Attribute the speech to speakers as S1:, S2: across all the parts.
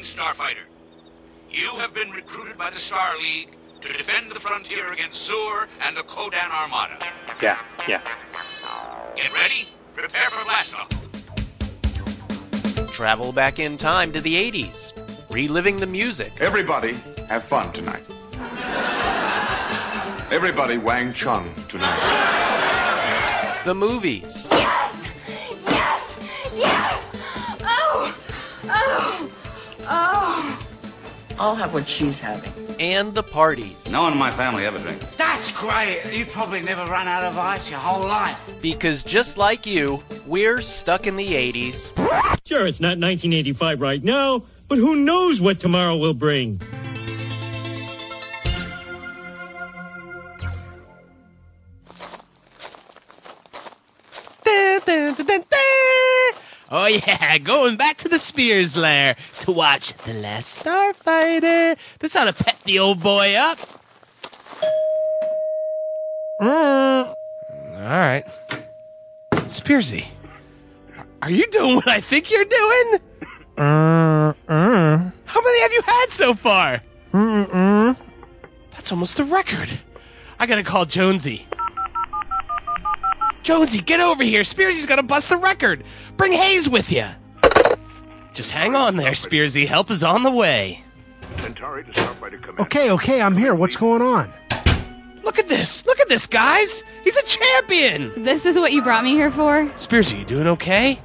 S1: Starfighter. You have been recruited by the Star League to defend the frontier against Zur and the Kodan Armada.
S2: Yeah, yeah.
S1: Get ready, prepare for blastoff.
S3: Travel back in time to the 80s, reliving the music,
S4: Everybody have fun tonight. Everybody Wang Chung tonight.
S3: the movies,
S5: Yes! Yes! Yes! Oh! Oh! Oh!
S6: I'll have what she's having.
S3: and the parties.
S7: No one in my family ever drinks.
S8: That's great. You probably never run out of ice your whole life.
S3: Because just like you, we're stuck in the 80s.
S9: Sure, it's not 1985 right now, but who knows what tomorrow will bring.
S10: Oh yeah, going back to the Spears lair to watch The Last Starfighter. This ought to pet Eh, the old boy up. Mm. All right. Spearsy, are you doing what I think you're doing? How many have you had so far? That's almost the record. I gotta call Jonesy. Jonesy, get over here. Spearsy's gonna bust the record. Bring Hayes with you. Just hang on there, Spearsy. Help is on the way.
S4: Centauri to Starfighter Command.
S11: Okay, okay, I'm here. What's going on?
S10: Look at this. Look at this, guys. He's a champion.
S5: This is what you brought me here for?
S10: Spearsy, you doing okay?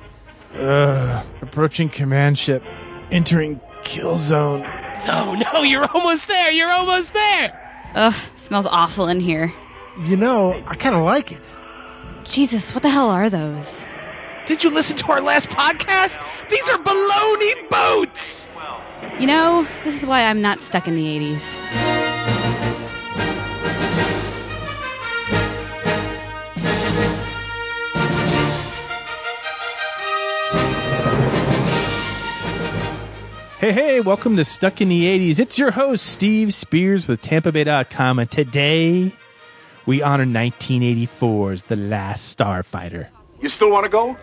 S11: Approaching command ship, entering kill zone.
S10: No, no, you're almost there. You're almost there.
S5: Ugh, smells awful in here.
S11: You know, I kind of like it.
S5: Jesus, what the hell are those?
S10: Did you listen to our last podcast? These are baloney boats.
S5: You know, this is why I'm not stuck in the 80s.
S11: Hey, hey, welcome to Stuck in the 80s. It's your host, Steve Spears with TampaBay.com, and today we honor 1984's The Last Starfighter.
S4: You still want to go?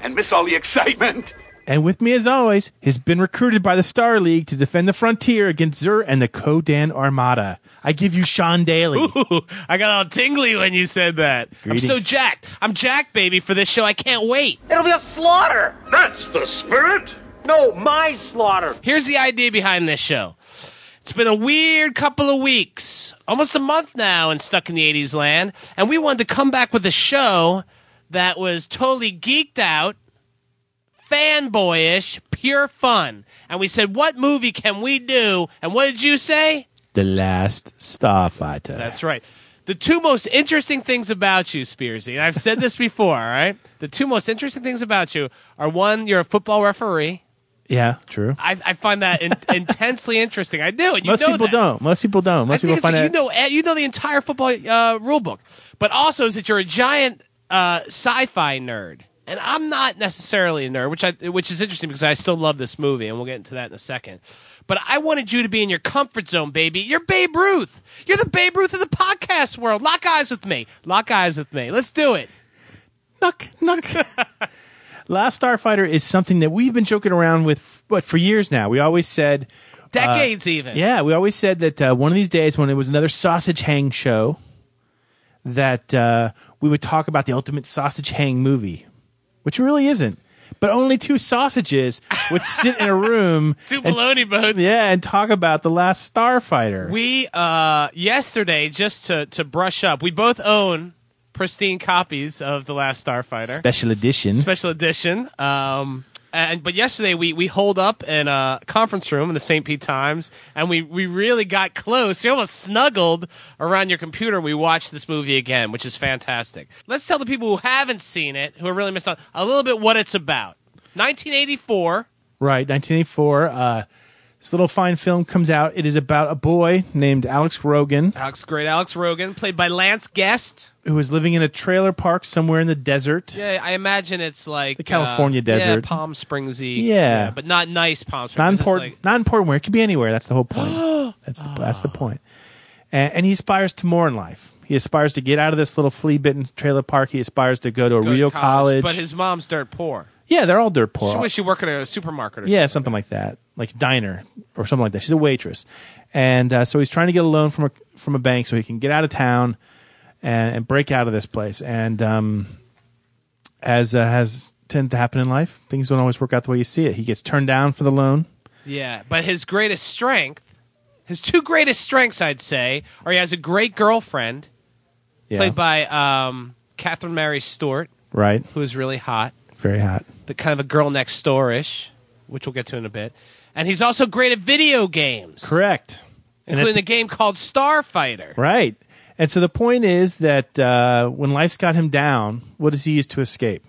S4: And miss all the excitement?
S11: And with me, as always, has been recruited by the Star League to defend the frontier against Zur and the Kodan Armada. I give you Sean Daly.
S10: Ooh, I got all tingly when you said that. I'm so
S11: Greetings.
S10: jacked. I'm jacked, baby, for this show. I can't wait.
S6: It'll be a slaughter.
S4: That's the spirit!
S6: No, my slaughter.
S10: Here's the idea behind this show. It's been a weird couple of weeks, almost a month now, and stuck in the 80s land. And we wanted to come back with a show that was totally geeked out, fanboyish, pure fun. And we said, What movie can we do? And what did you say?
S11: the Last Starfighter.
S10: That's right. The two most interesting things about you, Spearsy, and I've said this before, all right? The two most interesting things about you are one, you're a football referee.
S11: yeah, true.
S10: I, I find that in, intensely interesting. I do, and you
S11: Most
S10: know
S11: people
S10: that.
S11: don't. Most people don't.
S10: I
S11: Most
S10: think
S11: people
S10: it's-
S11: find
S10: you
S11: out.
S10: know eh, you know the entire football uh, rule book, but also is that you're a giant uh, sci-fi nerd, and I'm not necessarily a nerd, which I which is interesting because I still love this movie, and we'll get into that in a second. But I wanted you to be in your comfort zone, baby. You're Babe Ruth. You're the Babe Ruth of the podcast world. Lock eyes with me. Lock eyes with me. Let's do it.
S11: knock, knock. Last Starfighter is something that we've been joking around with, what, for years now. We always said, uh,
S10: Decades even.
S11: yeah, we always said that uh, one of these days when it was another sausage hang show, that uh, we would talk about the ultimate sausage hang movie, which it really isn't. But only two sausages would sit in a room,
S10: Two baloney boats.
S11: yeah, and talk about the last Starfighter.
S10: We uh yesterday just to to brush up. We both own pristine copies of The Last Starfighter.
S11: Special edition.
S10: special edition. Um, and but yesterday we we holed up in a conference room in the St. Pete Times, and we we really got close. We almost snuggled around your computer, and we watched this movie again, which is fantastic. Let's tell the people who haven't seen it, who are really missing out, a little bit what it's about. 1984.
S11: Right, 1984. Uh, this little fine film comes out. It is about a boy named Alex Rogan
S10: Alex, great Alex Rogan, played by Lance Guest.
S11: who is living in a trailer park somewhere in the desert.
S10: Yeah, I imagine it's like uh,
S11: The California desert.
S10: yeah, Palm Springsy.
S11: Yeah.
S10: but not nice Palm Springs.
S11: Not
S10: This is
S11: important.
S10: like-
S11: not important where it could be anywhere. That's the whole point. that's the that's the point. And, and he aspires to more in life. He aspires to get out of this little flea bitten trailer park. He aspires to go to a
S10: go to
S11: real college.
S10: but his mom's dirt poor.
S11: Yeah, they're all dirt poor.
S6: She was she working at a supermarket or
S11: yeah, something like that, like diner or something like that. She's a waitress, and uh, so he's trying to get a loan from a from a bank so he can get out of town and, and break out of this place. And um, as uh, has tend to happen in life, things don't always work out the way you see it. He gets turned down for the loan.
S6: Yeah, but his greatest strength, his two greatest strengths, I'd say, are he has a great girlfriend
S11: Yeah,
S6: played by um, Catherine Mary Stewart,
S11: right,
S6: who is really hot,
S11: very hot.
S6: the kind of a girl next door ish, which we'll get to in a bit. And he's also great at video games,
S11: Correct. And
S6: including
S11: it-
S6: a game called Starfighter.
S11: Right. And so the point is that uh, when life's got him down, what does he use to escape?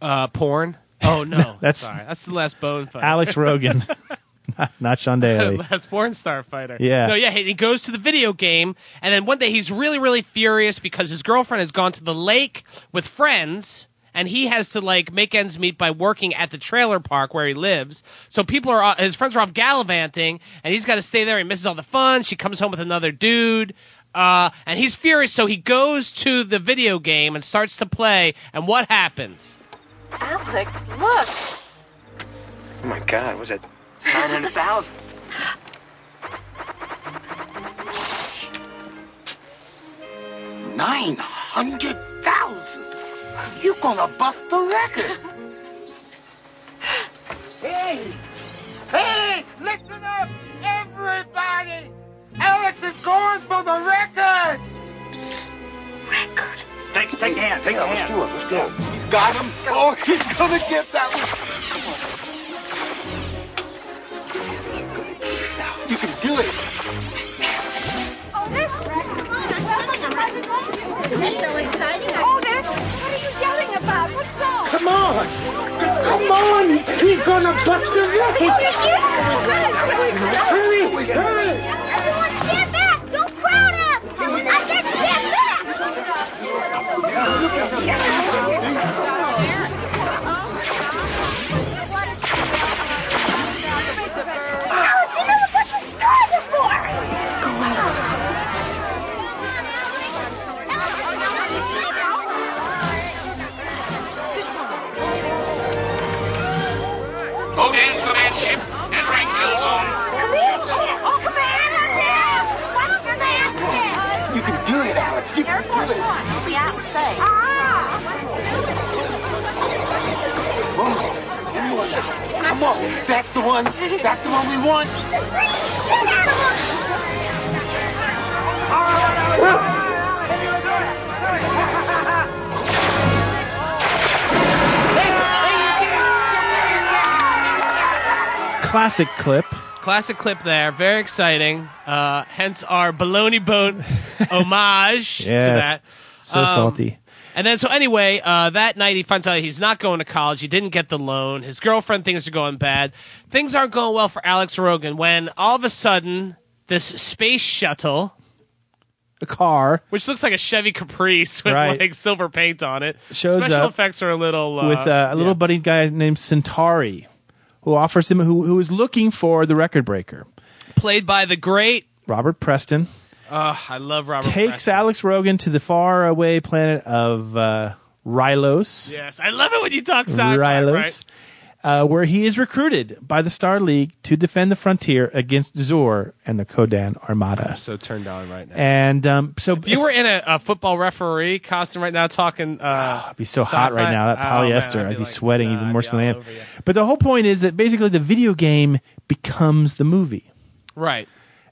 S6: Uh, porn. Oh no,
S11: that's-
S6: sorry. That's the last bone fight.
S11: Alex Rogan, not, not Sean Daly.
S6: Last porn star fighter.
S11: Yeah.
S6: No, yeah, he he goes to the video game, and then one day he's really, really furious because his girlfriend has gone to the lake with friends, and he has to, like, make ends meet by working at the trailer park where he lives. So people are, his friends are off gallivanting, and he's got to stay there. He misses all the fun. She comes home with another dude. Uh, and he's furious, so he goes to the video game and starts to play. And what happens?
S5: Alex, look.
S10: Oh my God, was that?
S12: 900,000.
S10: Nine hundred thousand. You gonna bust the record? hey, hey, listen up, everybody! Alex is going for the record.
S5: Record.
S10: Take, take a hand. Take yeah, let's do it. Let's go. You got him. Oh, he's gonna get that one. You can do it.
S5: Oh, there's. Come on, I'm telling you, right behind you. That's so exciting. Oh, there's. What are you yelling about? What's wrong? Come on. Come on. He's gonna bust the record. Hurry, hurry. Everyone, stand back. Don't crowd him. I said stand back. Oh, Alex, you never put this car before. Go, Alex.
S13: Odin's command ship entering kill zone.
S5: Comanche! Oh, Comanche! Come on, Comanche!
S10: You can do it, Alex. You can
S5: Airport
S10: do it.
S5: one. We'll be out in safe. Ah!
S10: Come on. That's the one. That's the one we want.
S11: Classic clip.
S6: Classic clip there, very exciting. Uh, hence our baloney bone homage
S11: Yes.
S6: to that.
S11: So
S6: Um,
S11: salty.
S6: And then, so anyway, uh, that night he finds out he's not going to college. He didn't get the loan. His girlfriend, things are going bad. Things aren't going well for Alex Rogan when all of a sudden this space shuttle,
S11: The car
S6: which looks like a Chevy Caprice with
S11: Right.
S6: like silver paint on it,
S11: Shows
S6: special
S11: up
S6: effects are a little uh,
S11: with uh, a little buddy guy named Centauri, who offers him who who is looking for the record breaker.
S6: yeah, played by the great.
S11: Robert Preston
S6: Uh, I love Robert.
S11: takes
S6: Preston.
S11: Alex Rogan to the far away planet of uh, Rylos.
S6: Yes, I love it when you talk sci-fi.
S11: Rylos,
S6: right?
S11: uh, where he is recruited by the Star League to defend the frontier against Zor and the Kodan Armada.
S6: So turned on right now.
S11: And um, so
S6: If you were in a, a football referee costume right now, talking, uh,
S11: I'd be so hot right
S6: sci-fi-
S11: now. That
S6: oh, man,
S11: polyester, I'd, be
S6: like,
S11: sweating
S6: nah,
S11: even
S6: I'd
S11: more
S6: be
S11: than I
S6: all
S11: am.
S6: over you.
S11: But the whole point is that basically the video game becomes the movie.
S6: right?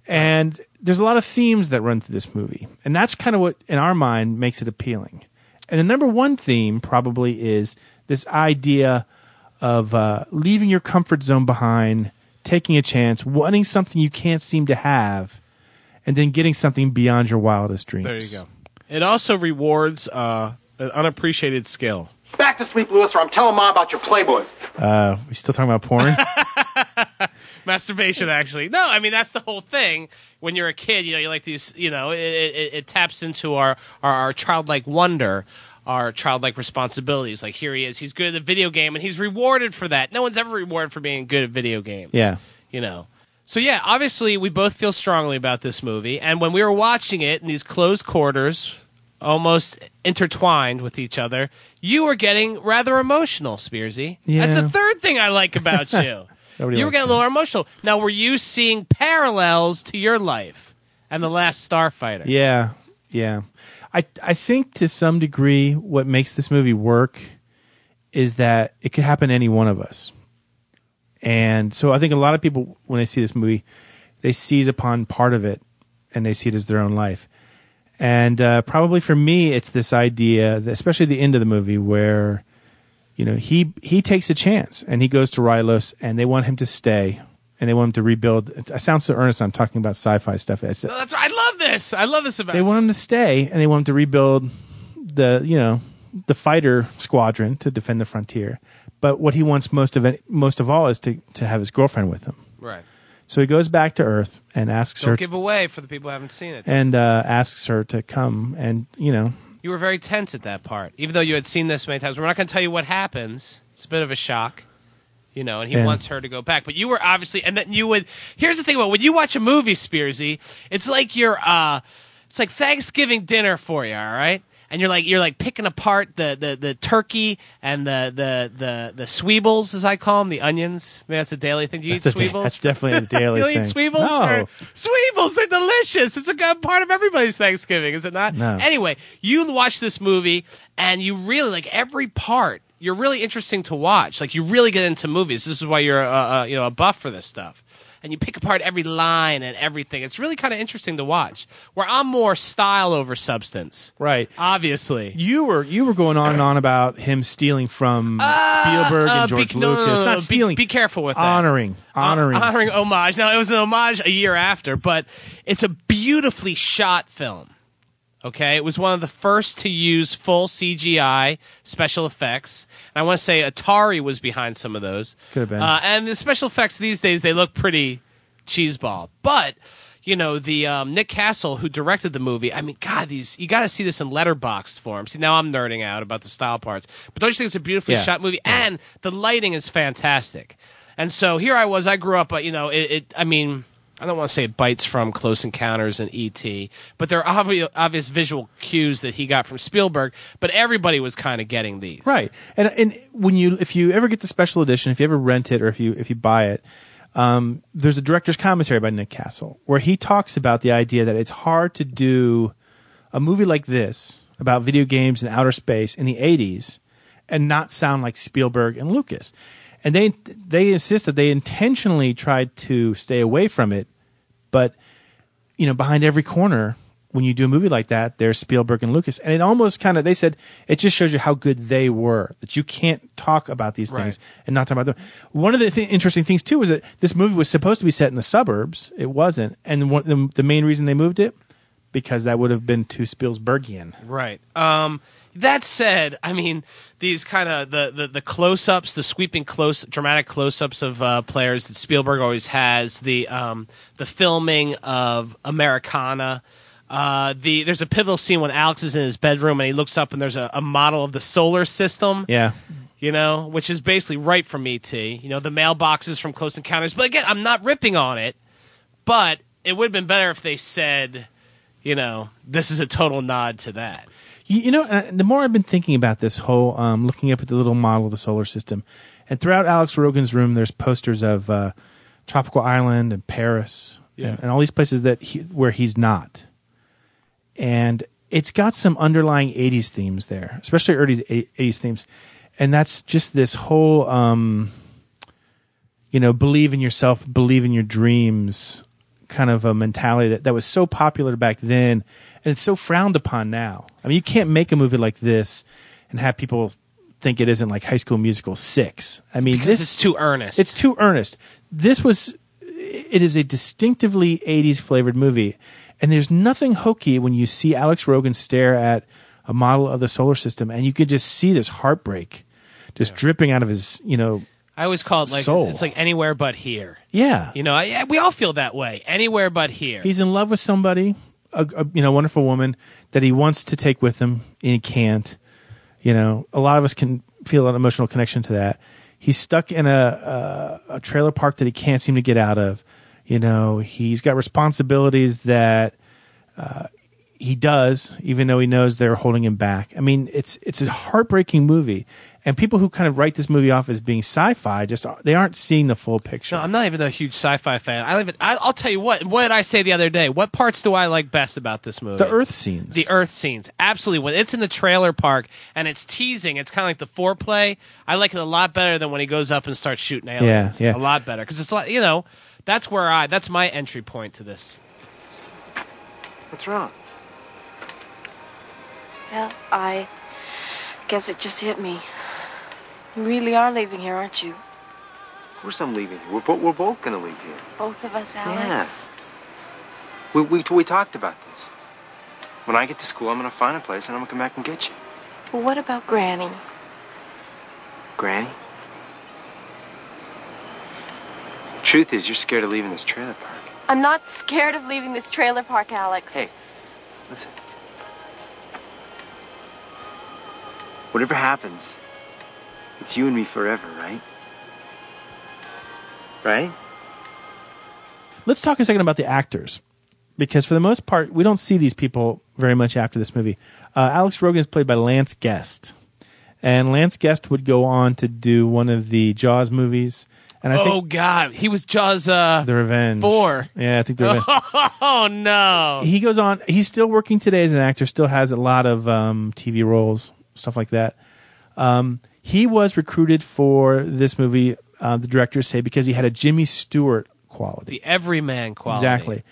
S11: And there's a lot of themes that run through this movie. And that's kind of what, in our mind, makes it appealing. And the number one theme probably is this idea of uh, leaving your comfort zone behind, taking a chance, wanting something you can't seem to have, and then getting something beyond your wildest dreams.
S6: There you go. It also rewards uh, an unappreciated skill.
S10: Back to sleep, Lewis, or I'm telling Mom about your Playboys.
S11: Uh, we still talking about porn?
S6: Masturbation, actually. No, I mean, that's the whole thing. When you're a kid, you know, you like these, you know, it, it, it- it taps into our, our, our childlike wonder, our childlike responsibilities. Like, here he is. He's good at a video game, and he's rewarded for that. No one's ever rewarded for being good at video games.
S11: yeah.
S6: you know. So yeah, obviously we both feel strongly about this movie, and when we were watching it in these closed quarters almost intertwined with each other, you were getting rather emotional, Spearsy. That's
S11: Yeah.
S6: the third thing I like about you.
S11: Nobody
S6: you were
S11: likes
S6: getting a little emotional. Now, were you seeing parallels to your life and the last Starfighter?
S11: Yeah, yeah. I I think to some degree, what makes this movie work is that it could happen to any one of us. And so I think a lot of people, when they see this movie, they seize upon part of it and they see it as their own life. And uh, probably for me, it's this idea, that, especially the end of the movie, where you know he he takes a chance and he goes to Rylos, and they want him to stay and they want him to rebuild. I sound so earnest. I'm talking about sci-fi stuff. It's-
S6: Well, that's I love this. I love this about
S11: they
S6: you.
S11: want him to stay and they want him to rebuild the you know the fighter squadron to defend the frontier but what he wants most of it, most of all is to to have his girlfriend with him
S6: right.
S11: so he goes back to earth and asks
S6: Don't
S11: her
S6: give away for the people who haven't seen it.
S11: and uh, asks her to come and you know
S6: You were very tense at that part, even though you had seen this many times. We're not going to tell you what happens. It's a bit of a shock, you know. And he
S11: Yeah.
S6: wants her to go back, but you were obviously, and then you would. Here's the thing about when you watch a movie, Spearsy, it's like you're, uh, it's like Thanksgiving dinner for you, all right. And you're like you're like picking apart the, the, the turkey and the the the the sweebles as I call them the onions. Maybe that's a daily thing. Do you
S11: that's,
S6: eat
S11: a da-
S6: sweebles?
S11: that's definitely a daily
S6: you
S11: thing
S6: eat sweebles?
S11: no.
S6: Or, sweebles, they're delicious. It's a good part of everybody's Thanksgiving, is it not?
S11: No.
S6: Anyway, you watch this movie and you really like every part. You're really interesting to watch. Like you really get into movies. This is why you're a, a you know a buff for this stuff. And you pick apart every line and everything. It's really kind of interesting to watch. Where I'm more style over substance,
S11: right
S6: obviously.
S11: you were you were going on and on about him stealing from Spielberg
S6: Uh,
S11: and George
S6: be- no, no,
S11: Lucas.
S6: no, no,
S11: Not
S6: be-
S11: stealing.
S6: Be, careful with that.
S11: honoring, honoring,
S6: Hon- Uh, honoring homage. Now it was an homage a year after, but it's a beautifully shot film. Okay, it was one of the first to use full CGI special effects, and I want to say Atari was behind some of those.
S11: Could have been.
S6: Uh, and the special effects these days they look pretty cheeseball, but. You know the um, Nick Castle who directed the movie. I mean, God, these you got to see this in letterboxed form. See, now I'm nerding out about the style parts, but don't you think it's a beautifully
S11: Yeah.
S6: shot movie? And the lighting is fantastic. And so here I was. I grew up, uh, you know, it. it I mean, I don't want to say it bites from Close Encounters and E.T., but there are obvious, obvious visual cues that he got from Spielberg. But everybody was kind of getting these,
S11: right and and when you if you ever get the special edition if you ever rent it or if you if you buy it um, there's a director's commentary by nick castle where he talks about the idea that it's hard to do a movie like this about video games and outer space in the 80s and not sound like spielberg and lucas and they they insist that they intentionally tried to stay away from it but you know, behind every corner when you do a movie like that, there's Spielberg and Lucas. And it almost kind of they said it just shows you how good they were that you can't talk about these things and not talk about them. One of the th- interesting things too was that this movie was supposed to be set in the suburbs. It wasn't, and one, the, the main reason they moved it because that would have been too Spielbergian.
S6: Right. Um, that said, I mean these kind of the, the the close-ups, the sweeping close, dramatic close-ups of uh, players that Spielberg always has. The um, the filming of Americana. Uh, the there's a pivotal scene when Alex is in his bedroom and he looks up and there's a, a model of the solar system
S11: Yeah,
S6: you know, which is basically right from ET. You know, the mailboxes from Close Encounters. But again, I'm not ripping on it, but it would have been better if they said, you know, this is a total nod to that.
S11: You, you know, uh, the more I've been thinking about this whole, um, looking up at the little model of the solar system, and throughout Alex Rogan's room, there's posters of uh, Tropical Island and Paris and, and all these places that he, where he's not, and it's got some underlying '80s themes there, especially early '80s themes, and that's just this whole, um, you know, believe in yourself, believe in your dreams, kind of a mentality that, that was so popular back then and it's so frowned upon now. I mean, you can't make a movie like this and have people think it isn't like High School Musical 6. I mean,
S6: This
S11: this
S6: is too earnest.
S11: it's too earnest. This was it is a distinctively 80s flavored movie and there's nothing hokey when you see Alex Rogan stare at a model of the solar system and you could just see this heartbreak just dripping out of his, you know,
S6: I always call it like it's,
S11: Soul.
S6: it's like anywhere but here.
S11: yeah.
S6: You know, I, yeah, we all feel that way. Anywhere but here.
S11: he's in love with somebody, a, a, you know, wonderful woman that he wants to take with him and he can't. You know, a lot of us can feel an emotional connection to that. He's stuck in a a, a trailer park that he can't seem to get out of. You know, he's got responsibilities that uh, he does, even though he knows they're holding him back. I mean, it's it's a heartbreaking movie, and people who kind of write this movie off as being sci-fi just they aren't seeing the full picture.
S6: No, I'm not even a huge sci-fi fan. I even, I, I'll tell you what. What did I say the other day? What parts do I like best about this movie?
S11: the Earth scenes,
S6: The Earth scenes, absolutely. When it's in the trailer park and it's teasing, it's kind of like the foreplay. I like it a lot better than when he goes up and starts shooting aliens.
S11: Yeah, yeah.
S6: a lot better because it's like you know that's where I that's my entry point to this.
S10: What's wrong?
S7: Well, I guess it just hit me. You really are leaving here, aren't you?
S10: Of course I'm leaving. We're, bo- we're both going to leave here.
S7: Both of us, Alex.
S10: We, we, we talked about this. When I get to school, I'm going to find a place and I'm going to come back and get you.
S7: Well, what about Granny?
S10: Granny? Truth is, you're scared of leaving this trailer park.
S7: I'm not scared of leaving this trailer park, Alex.
S10: Hey, listen. Whatever happens, it's you and me forever, right? Right?
S11: Let's talk a second about the actors, because for the most part, we don't see these people very much after this movie. Uh, Alex Rogan is played by Lance Guest, and Lance Guest would go on to do one of the Jaws movies, and I
S6: oh
S11: think
S6: God, he was Jaws. Uh,
S11: The Revenge.
S6: Four.
S11: Yeah, I think The Revenge.
S6: oh no,
S11: he goes on. He's still working today as an actor. Still has a lot of um, TV roles, stuff like that. Um, he was recruited for this movie. Uh, the directors say because he had a Jimmy Stewart quality,
S6: the everyman quality.
S11: exactly.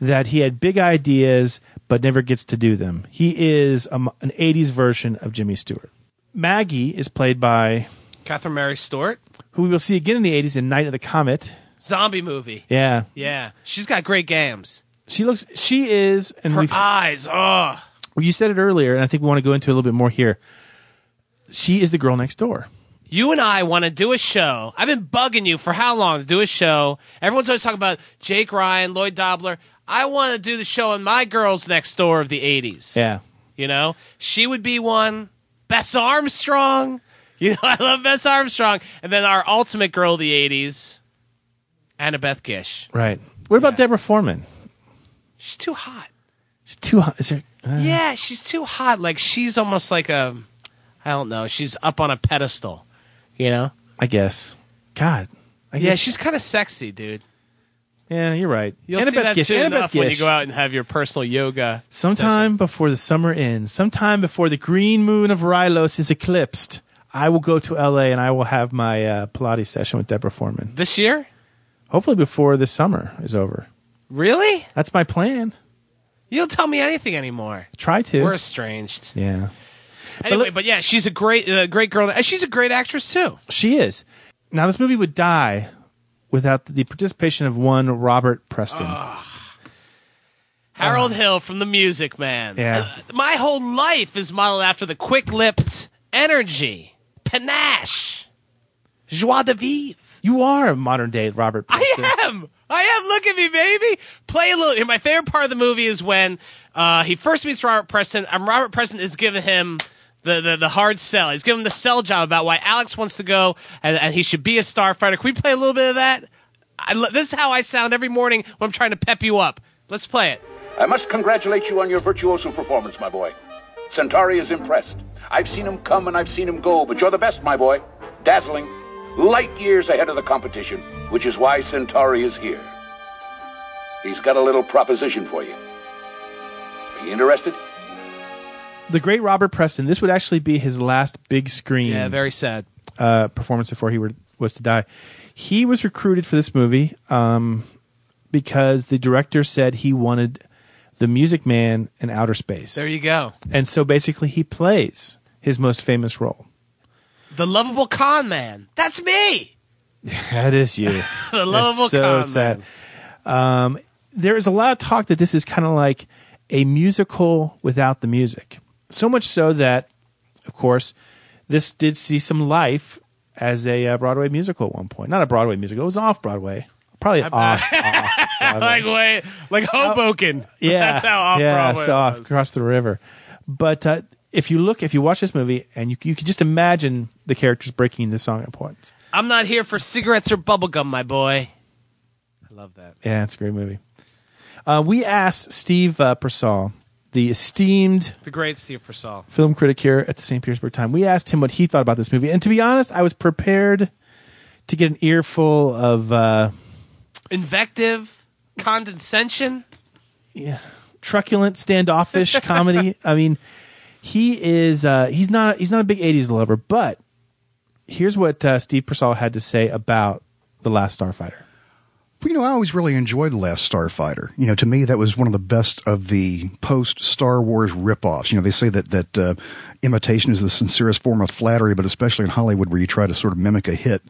S11: That he had big ideas but never gets to do them. He is um an '80s version of Jimmy Stewart. Maggie is played by
S6: Catherine Mary Stewart,
S11: who we will see again in the '80s in Night of the Comet.
S6: zombie movie.
S11: Yeah,
S6: Yeah, she's got great games.
S11: she looks. She is, and
S6: Her
S11: we've
S6: eyes, oh,
S11: Well, you said it earlier, and I think we want to go into it a little bit more here. She is the girl next door.
S6: you and I want to do a show. I've been bugging you for how long to do a show. Everyone's always talking about Jake Ryan, Lloyd Dobler. I want to do the show on my girls next door of the 80s.
S11: Yeah.
S6: You know, she would be one. Bess Armstrong. You know, I love Bess Armstrong. And then our ultimate girl of the 80s, Annabeth Gish.
S11: Right. What about Deborah Foreman?
S6: She's too hot.
S11: She's too hot. Is there, uh,
S6: Yeah, she's too hot. Like, she's almost like a, I don't know, she's up on a pedestal, you know?
S11: I guess. God. I
S6: Yeah,
S11: guess-
S6: she's kind of sexy, dude.
S11: Yeah, you're right.
S6: You'll see that soon enough when you go out and have your personal yoga.
S11: Sometime
S6: session.
S11: before the summer ends, sometime before the green moon of Rylos is eclipsed, I will go to LA and I will have my uh, Pilates session with Deborah Foreman.
S6: this year.
S11: Hopefully before the summer is over.
S6: Really?
S11: That's my plan.
S6: You don't tell me anything anymore.
S11: Try to.
S6: We're estranged.
S11: yeah.
S6: Anyway,
S11: look- Uh-huh.
S6: but yeah, she's a great, uh, great girl. And She's a great actress too.
S11: She is. Now, this movie would die without the participation of one Robert Preston.
S6: Ah. Harold Hill from The Music Man.
S11: Yeah.
S6: Uh, my whole life is modeled after the quick-lipped energy, panache, joie de vivre.
S11: you are a modern day Robert Preston.
S6: I am. I am. Look at me, baby. Play a little. and My favorite part of the movie is when uh, he first meets Robert Preston. Um, Robert Preston is giving him the, the, the hard sell. He's giving him the sell job about why Alex wants to go and, and he should be a starfighter. Can we play a little bit of that? I, lo- this is how I sound every morning when I'm trying to pep you up. Let's play it.
S1: I must congratulate you on your virtuoso performance, my boy. Centauri is impressed. I've seen him come and I've seen him go, but you're the best, my boy. Dazzling. Light years ahead of the competition, which is why Centauri is here. He's got a little proposition for you. Are you interested?
S11: The great Robert Preston. This would actually be his last big screen
S6: sad.
S11: uh, performance before he were, was to die. He was recruited for this movie um, because the director said he wanted the Music Man in outer space,
S6: There you go.
S11: and so basically he plays his most famous role.
S6: The lovable con man. That's me.
S11: That is you.
S6: The lovable
S11: That's so
S6: con
S11: sad.
S6: man.
S11: Um, there is a lot of talk that this is kind of like a musical without the music. So much so that, of course, this did see some life as a uh, Broadway musical at one point. Not a Broadway musical; it was off Broadway, probably off. off Broadway.
S6: Like wait, like Hoboken.
S11: yeah,
S6: that's how off
S11: yeah,
S6: Broadway.
S11: so
S6: it
S11: off-
S6: was.
S11: across the river. But uh, if you look, if you watch this movie, and you you can just imagine the characters breaking into song at points.
S6: I'm not here for cigarettes or bubblegum, my boy. I love that.
S11: Yeah, it's a great movie. Uh, we asked Steve uh, Persall the esteemed
S6: The great Steve Purcell.
S11: film critic here at the St. Petersburg Time. We asked him what he thought about this movie, and to be honest, I was prepared to get an earful of uh,
S6: Invective, condescension.
S11: yeah, truculent, standoffish comedy. I mean, he is uh, he's not he's not a big '80s lover, but here's what uh, Steve Purcell had to say about the Last Starfighter.
S9: Well, you know, I always really enjoyed The Last Starfighter. You know, to me, that was one of the best of the post Star Wars ripoffs. You know, they say that that uh, imitation is the sincerest form of flattery, but especially in Hollywood, where you try to sort of mimic a hit.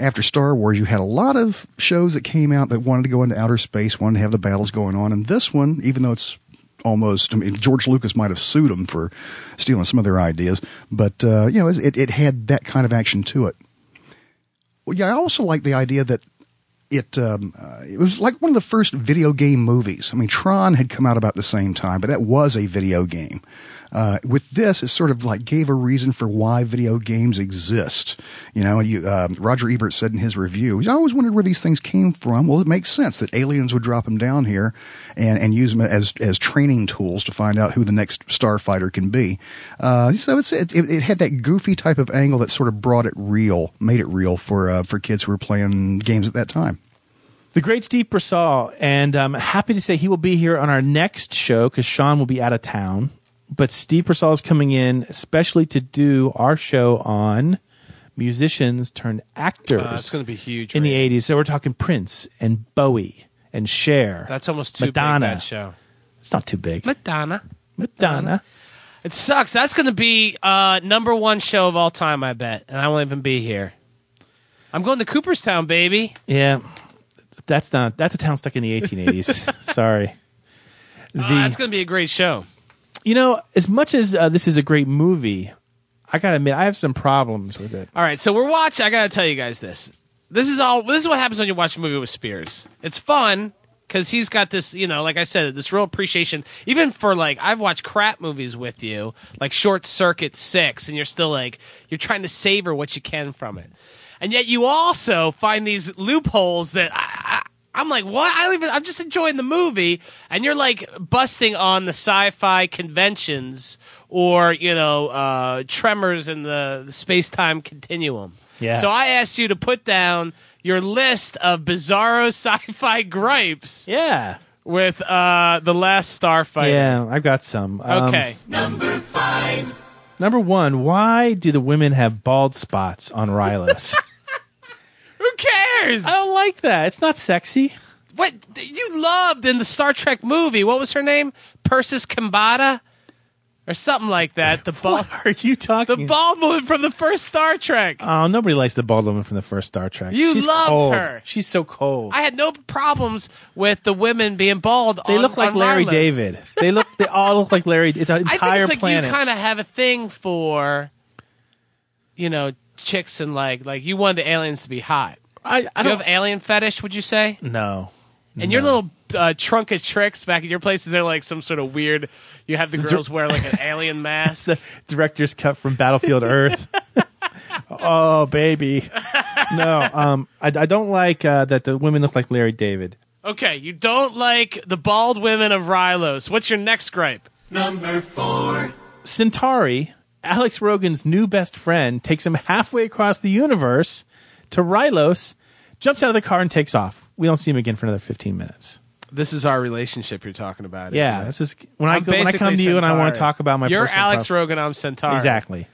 S9: After Star Wars, you had a lot of shows that came out that wanted to go into outer space, wanted to have the battles going on, and this one, even though it's almost. I mean, George Lucas might have sued them for stealing some of their ideas, but uh, you know, it, it had that kind of action to it. Well, yeah, I also like the idea that it um, uh, it was like one of the first video game movies. I mean, Tron had come out about the same time, but that was a video game. Uh, with this, it sort of like gave a reason for why video games exist. You know, you, um, Roger Ebert said in his review, "I always wondered where these things came from. Well, it makes sense that aliens would drop them down here and and use them as as training tools to find out who the next starfighter can be." Uh, so it's it, it, it had that goofy type of angle that sort of brought it real, made it real for uh, for kids who were playing games at that time.
S11: The great Steve Purcell, and I'm happy to say he will be here on our next show because Sean will be out of town. But Steve Purcell is coming in especially to do our show on musicians turned actors.
S6: Uh, it's gonna be huge
S11: in the '80s. So we're talking Prince and Bowie and Cher.
S6: That's almost too
S11: Madonna.
S6: big that show.
S11: It's not too big.
S6: Madonna.
S11: Madonna.
S6: It sucks. That's going to be uh, number one show of all time, I bet. And I won't even be here. I'm going to Cooperstown, baby.
S11: Yeah, that's not. That's a town stuck in the 1880s. Sorry. The,
S6: Uh, that's going to be a great show.
S11: you know, as much as uh, this is a great movie, I gotta admit I have some problems with it.
S6: All right, so we're watching. I got to tell you guys this. This is all. This is what happens when you watch a movie with Spears. It's fun because he's got this. You know, like I said, this real appreciation. Even for like, I've watched crap movies with you, like Short Circuit Six, and you're still like, you're trying to savor what you can from it, and yet you also find these loopholes that I. I I'm like, what? I don't even. I'm just enjoying the movie, and you're like busting on the sci-fi conventions or you know uh, tremors in the, the space-time continuum.
S11: Yeah.
S6: So I asked you to put down your list of bizarro sci-fi gripes.
S11: Yeah.
S6: With uh, the last Starfighter.
S11: Yeah, I've got some. Um,
S6: Okay.
S11: Number one, why do the women have bald spots on Rylos?
S6: Who cares?
S11: I don't like that. It's not sexy.
S6: What you loved in the Star Trek movie? What was her name? Persis Kambata, or something like that. The bald.
S11: what are you talking?
S6: The bald woman from the first Star Trek.
S11: Oh, nobody likes the bald woman from the first Star Trek.
S6: You
S11: She's
S6: loved
S11: cold.
S6: her.
S11: She's so cold.
S6: I had no problems with the women being bald.
S11: they
S6: on-
S11: look like
S6: on
S11: Larry
S6: Rylos.
S11: David. They look. They all look like Larry. It's an
S6: I
S11: entire
S6: think it's like
S11: planet.
S6: you kind of have a thing for, you know, chicks and like like you wanted the aliens to be hot.
S11: I, I
S6: Do you
S11: don't-
S6: have alien fetish? Would you say?
S11: no.
S6: And your
S11: No.
S6: little uh, trunk of tricks back at your place is there like some sort of weird? You have the
S11: It's a
S6: girls
S11: dir-
S6: wear like an alien mask.
S11: the director's cut from Battlefield Earth. oh baby, no. Um, I, I don't like uh, that the women look like Larry David.
S6: Okay, you don't like the bald women of Rylos. What's your next gripe? Number four.
S11: Centauri, Alex Rogan's new best friend, takes him halfway across the universe to Rylos, jumps out of the car and takes off. We don't see him again for another fifteen minutes.
S6: This is our relationship you're talking about.
S11: Yeah,
S6: isn't it?
S11: this is when I
S6: I'm
S11: go, when I
S6: basically
S11: come to you and I want
S6: Centauri.
S11: to talk about my.
S6: You're
S11: personal
S6: Alex
S11: problems.
S6: Rogan. I'm Centauri.
S11: Exactly.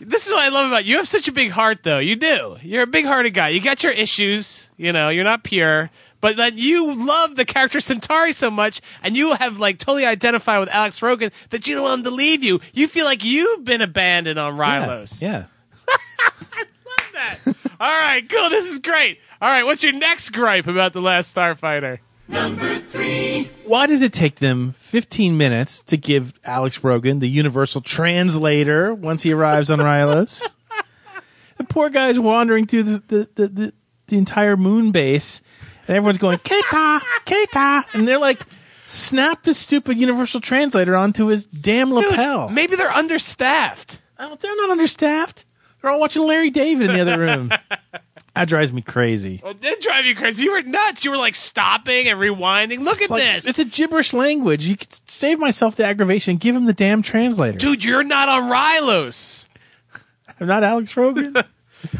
S6: This is what I love about you. You have such a big heart, though. You do. You're a big hearted guy. You got your issues. You know, you're not pure. But then you love the character Centauri so much, and you have like totally identified with Alex Rogan that you don't want him to leave you. You feel like you've been abandoned on
S11: Yeah,
S6: Rylos.
S11: Yeah.
S6: All right, cool. This is great. All right, what's your next gripe about the last Starfighter?
S11: Why does it take them 15 minutes to give Alex Rogan the universal translator once he arrives on Rylos? the poor guy's wandering through the, the, the, the, the entire moon base, and everyone's going, Keita, Keita. And they're like, snap his stupid universal translator onto his damn lapel.
S6: Maybe they're understaffed.
S11: I don't, they're not understaffed. They're all watching Larry David in the other room. That drives me crazy.
S6: It did drive you crazy. You were nuts. You were like stopping and rewinding. Look at
S11: It's like-
S6: this.
S11: It's a gibberish language. You could s- save myself the aggravation and give him the damn translator.
S6: Dude, you're not on Rylos.
S11: I'm not Alex Rogan.
S6: All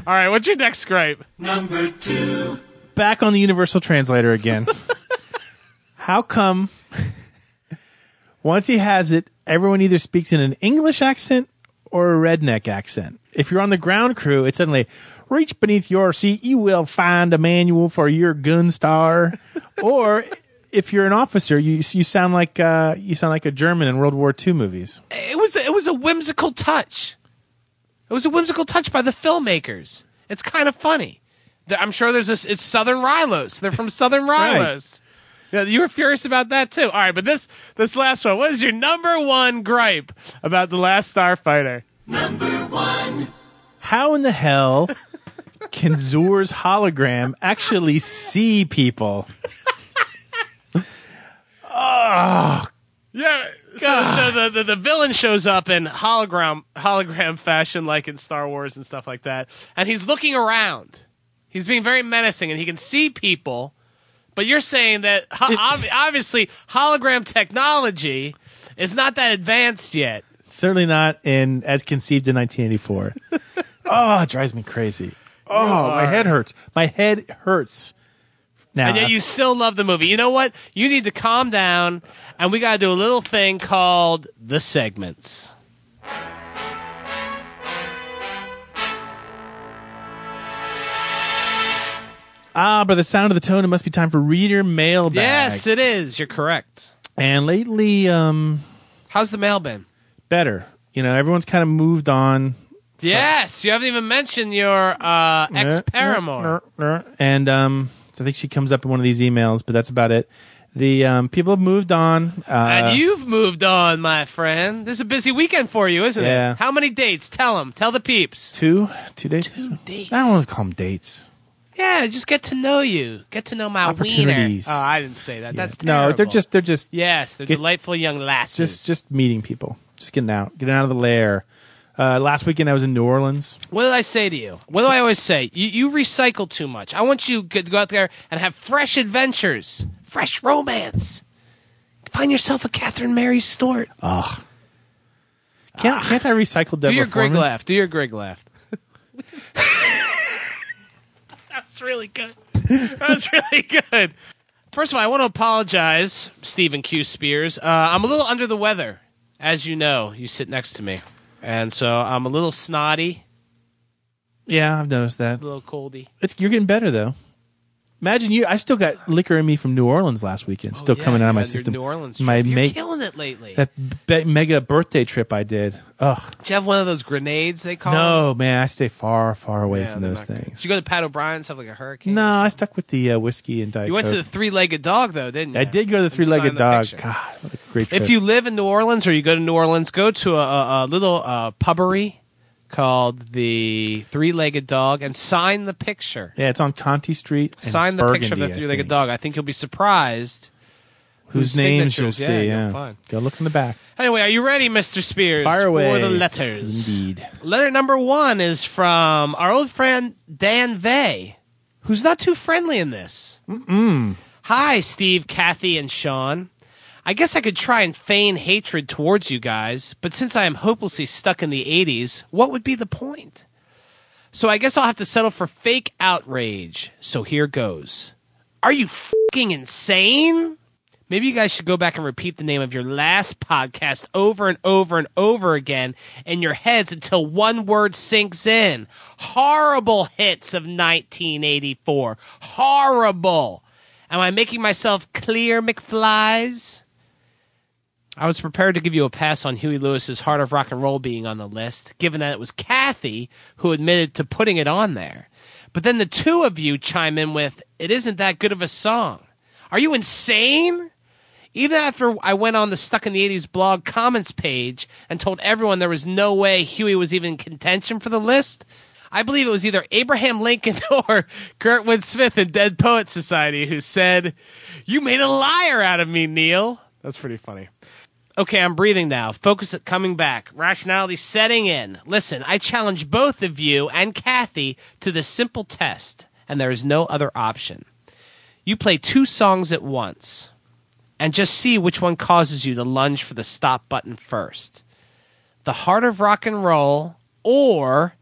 S6: right, what's your next gripe?
S11: Number two. Back on the universal translator again. How come once he has it, everyone either speaks in an English accent or a redneck accent? If you're on the ground crew, it's suddenly reach beneath your seat, you will find a manual for your gun star. or if you're an officer, you you sound like uh, you sound like a German in World War II movies.
S6: It was it was a whimsical touch. It was a whimsical touch by the filmmakers. It's kind of funny. The- I'm sure there's this. It's Southern Rylos. They're from Southern
S11: Right.
S6: Rylos. Yeah, you were furious about that too. All right, but this this last one. What is your number one gripe about the last Starfighter?
S11: How in the hell can Zor's hologram actually see people?
S6: Oh, yeah. So, so the, the the villain shows up in hologram hologram fashion, like in Star Wars and stuff like that, and he's looking around. He's being very menacing, and he can see people. But you're saying that ho- ob- obviously hologram technology is not that advanced yet.
S11: Certainly not in as conceived in 1984. oh, it drives me crazy. Oh, my
S6: are-
S11: head hurts. My head hurts. Now,
S6: And yet you still love the movie. You know what? You need to calm down, and we got to do a little thing called the segments.
S11: ah, by the sound of the tone, it must be time for reader mailbag.
S6: Yes, it is. You're correct.
S11: And lately, um,
S6: How's the mail been?
S11: better. You know, everyone's kind of moved on.
S6: Yes, you haven't even mentioned your uh, ex paramour.
S11: uh, and um, so I think she comes up in one of these emails, but that's about it. The um, people have moved on. Uh,
S6: and you've moved on, my friend. This is a busy weekend for you, isn't
S11: Yeah.
S6: it? How many dates? Tell them. Tell the peeps.
S11: two two dates. Two dates. I don't want to call them dates.
S6: Yeah, just get to know you. Get to know my wiener.
S11: Opportunities.
S6: Oh, I didn't say that. That's
S11: No, they're
S6: terrible.
S11: just they're just
S6: Yes, they're
S11: Get-
S6: delightful young lasses.
S11: just just meeting people, just getting out, getting out of the lair. Uh, last weekend I was in New Orleans.
S6: What did I say to you? What do I always say? You, you recycle too much. I want you to go out there and have fresh adventures, fresh romance. Find yourself a Catherine Mary Stewart.
S11: Ugh. Can't can't I recycle Deborah
S6: Ah. Do your Grig
S11: Foreman?
S6: laugh. Do your Grig laugh. That's really good. That's really good. First of all, I want to apologize, Stephen Q. Spears. Uh, I'm a little under the weather, as you know. You sit next to me, and so I'm a little snotty,
S11: Yeah, I've noticed that.
S6: a little coldy.
S11: It's you're getting better though. Imagine you. I still got liquor in me from New Orleans last
S6: Oh,
S11: weekend, still coming out of my
S6: your
S11: system.
S6: New Orleans
S11: my
S6: trip. You're
S11: mate-
S6: killing it lately.
S11: That be- mega birthday trip I did. Ugh.
S6: Did you have one of those grenades they call? them?
S11: No, man, I stay far, far away
S6: Yeah,
S11: from
S6: they're
S11: those
S6: not good.
S11: things.
S6: Did you go to Pat O'Brien's have like a hurricane?
S11: No, I stuck with the uh, whiskey and diet.
S6: You went to the
S11: Coke.
S6: three-legged dog though, didn't you?
S11: I did go to the
S6: And
S11: three-legged
S6: signed the
S11: dog.
S6: picture.
S11: God, what a great trip.
S6: If you live in New Orleans or you go to New Orleans, go to a, a, a little uh, pubbery called the Three Legged Dog and sign the picture.
S11: yeah, it's on Conti Street. in
S6: sign the picture of
S11: Burgundy,
S6: the
S11: I
S6: Three Legged
S11: think.
S6: Dog. I think you'll be surprised
S11: Whose names you'll
S6: signatures- yeah,
S11: see?
S6: you'll
S11: Yeah,
S6: find.
S11: go look in the back.
S6: Anyway, are you ready, Mr. Spears?
S11: Fire away
S6: For the letters.
S11: Indeed.
S6: Letter number one is from our old friend Dan Vey, who's not too friendly in this.
S11: Mm.
S6: Hi, Steve, Kathy, and Sean. I guess I could try and feign hatred towards you guys, but since I am hopelessly stuck in the 80s, what would be the point? So I guess I'll have to settle for fake outrage. So here goes. Are you fing insane? Maybe you guys should go back and repeat the name of your last podcast over and over and over again in your heads until one word sinks in. Horrible hits of 1984. Horrible. Am I making myself clear, McFlies? I was prepared to give you a pass on Huey Lewis's Heart of Rock and Roll being on the list, given that it was Kathy who admitted to putting it on there. But then the two of you chime in with, It isn't that good of a song. Are you insane? Even after I went on the Stuck in the 80s blog comments page and told everyone there was no way Huey was even in contention for the list, I believe it was either Abraham Lincoln or Kurtwood Smith in Dead Poets Society who said, You made a liar out of me, Neil. That's pretty funny. Okay, I'm breathing now. Focus at coming back. Rationality setting in. Listen, I challenge both of you and Kathy to this simple test, and there is no other option. You play two songs at once and just see which one causes you to lunge for the stop button first The Heart of Rock and Roll or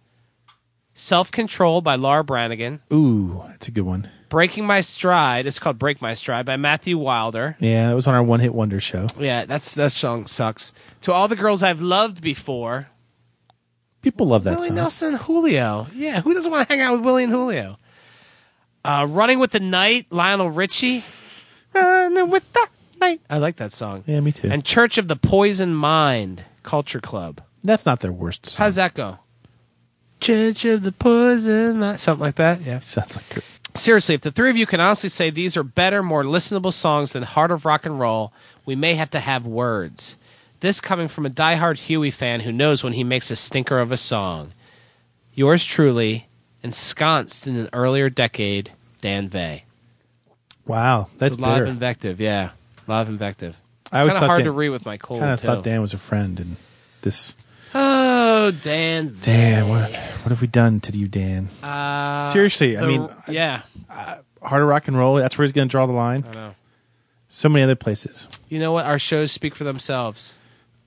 S6: Self Control by Laura Branigan,
S11: Ooh, that's a good one.
S6: Breaking My Stride. It's called Break My Stride by Matthew Wilder.
S11: Yeah, that was on our one hit wonder show.
S6: Yeah, that's that song sucks. To all the girls I've loved before,
S11: People love that
S6: Willie
S11: song.
S6: Nelson, Julio. Yeah, who doesn't want to hang out with Willie and Julio? Uh, Running with the Night, Lionel Richie. Running with the Night. I like that song.
S11: Yeah, me too.
S6: And Church of the Poison Mind, Culture Club.
S11: That's not their worst song.
S6: How's that go? Church of the Poison Mind, something like that. Yeah,
S11: sounds like.
S6: Seriously, if the three of you can honestly say these are better, more listenable songs than Heart of Rock and Roll, we may have to have words. This coming from a diehard Huey fan who knows when he makes a stinker of a song. Yours truly, ensconced in an earlier decade, Dan Vey.
S11: Wow, that's
S6: it's a lot
S11: bitter.
S6: of invective, yeah. A lot of invective. It's
S11: I always
S6: kind of
S11: thought
S6: hard
S11: Dan-
S6: to read with my cold,
S11: Kind of
S6: too.
S11: thought Dan was a friend, and this
S6: Oh, Dan Vey.
S11: Dan, what what have we done to you, Dan?
S6: Uh,
S11: Seriously, I
S6: the-
S11: mean,
S6: yeah.
S11: Harder rock and roll. That's where he's going to draw the line.
S6: I know.
S11: So many other places.
S6: You know what? Our shows speak for themselves.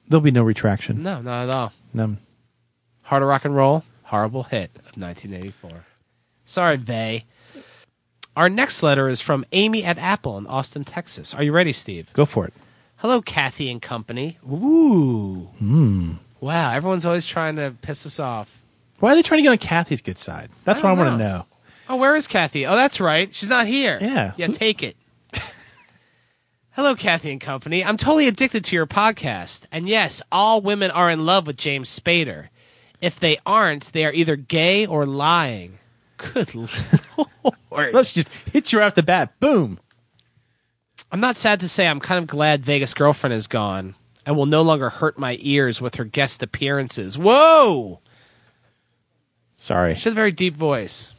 S11: There'll be no retraction.
S6: No, not at all.
S11: None.
S6: Hard of Rock and Roll, horrible hit of 1984. Sorry, Vay. Our next letter is from Amy at Apple in Austin, Texas. Are you ready, Steve?
S11: Go for it.
S6: Hello, Kathy and company. Ooh.
S11: Mm.
S6: Wow, everyone's always trying to piss us off.
S11: Why are they trying to get on Kathy's good side? That's
S6: I
S11: what I
S6: don't
S11: want to
S6: know.
S11: know.
S6: Oh, where is Kathy? Oh, that's right. She's not here.
S11: Yeah.
S6: Yeah, take it. Hello, Kathy and company. I'm totally addicted to your podcast. And yes, all women are in love with James Spader. If they aren't, they are either gay or lying. Good lord.
S11: Let's Oh, just hit you out the bat. Boom.
S6: I'm not sad to say I'm kind of glad Vegas Girlfriend is gone and will no longer hurt my ears with her guest appearances. Whoa!
S11: Sorry.
S6: She had a very deep voice.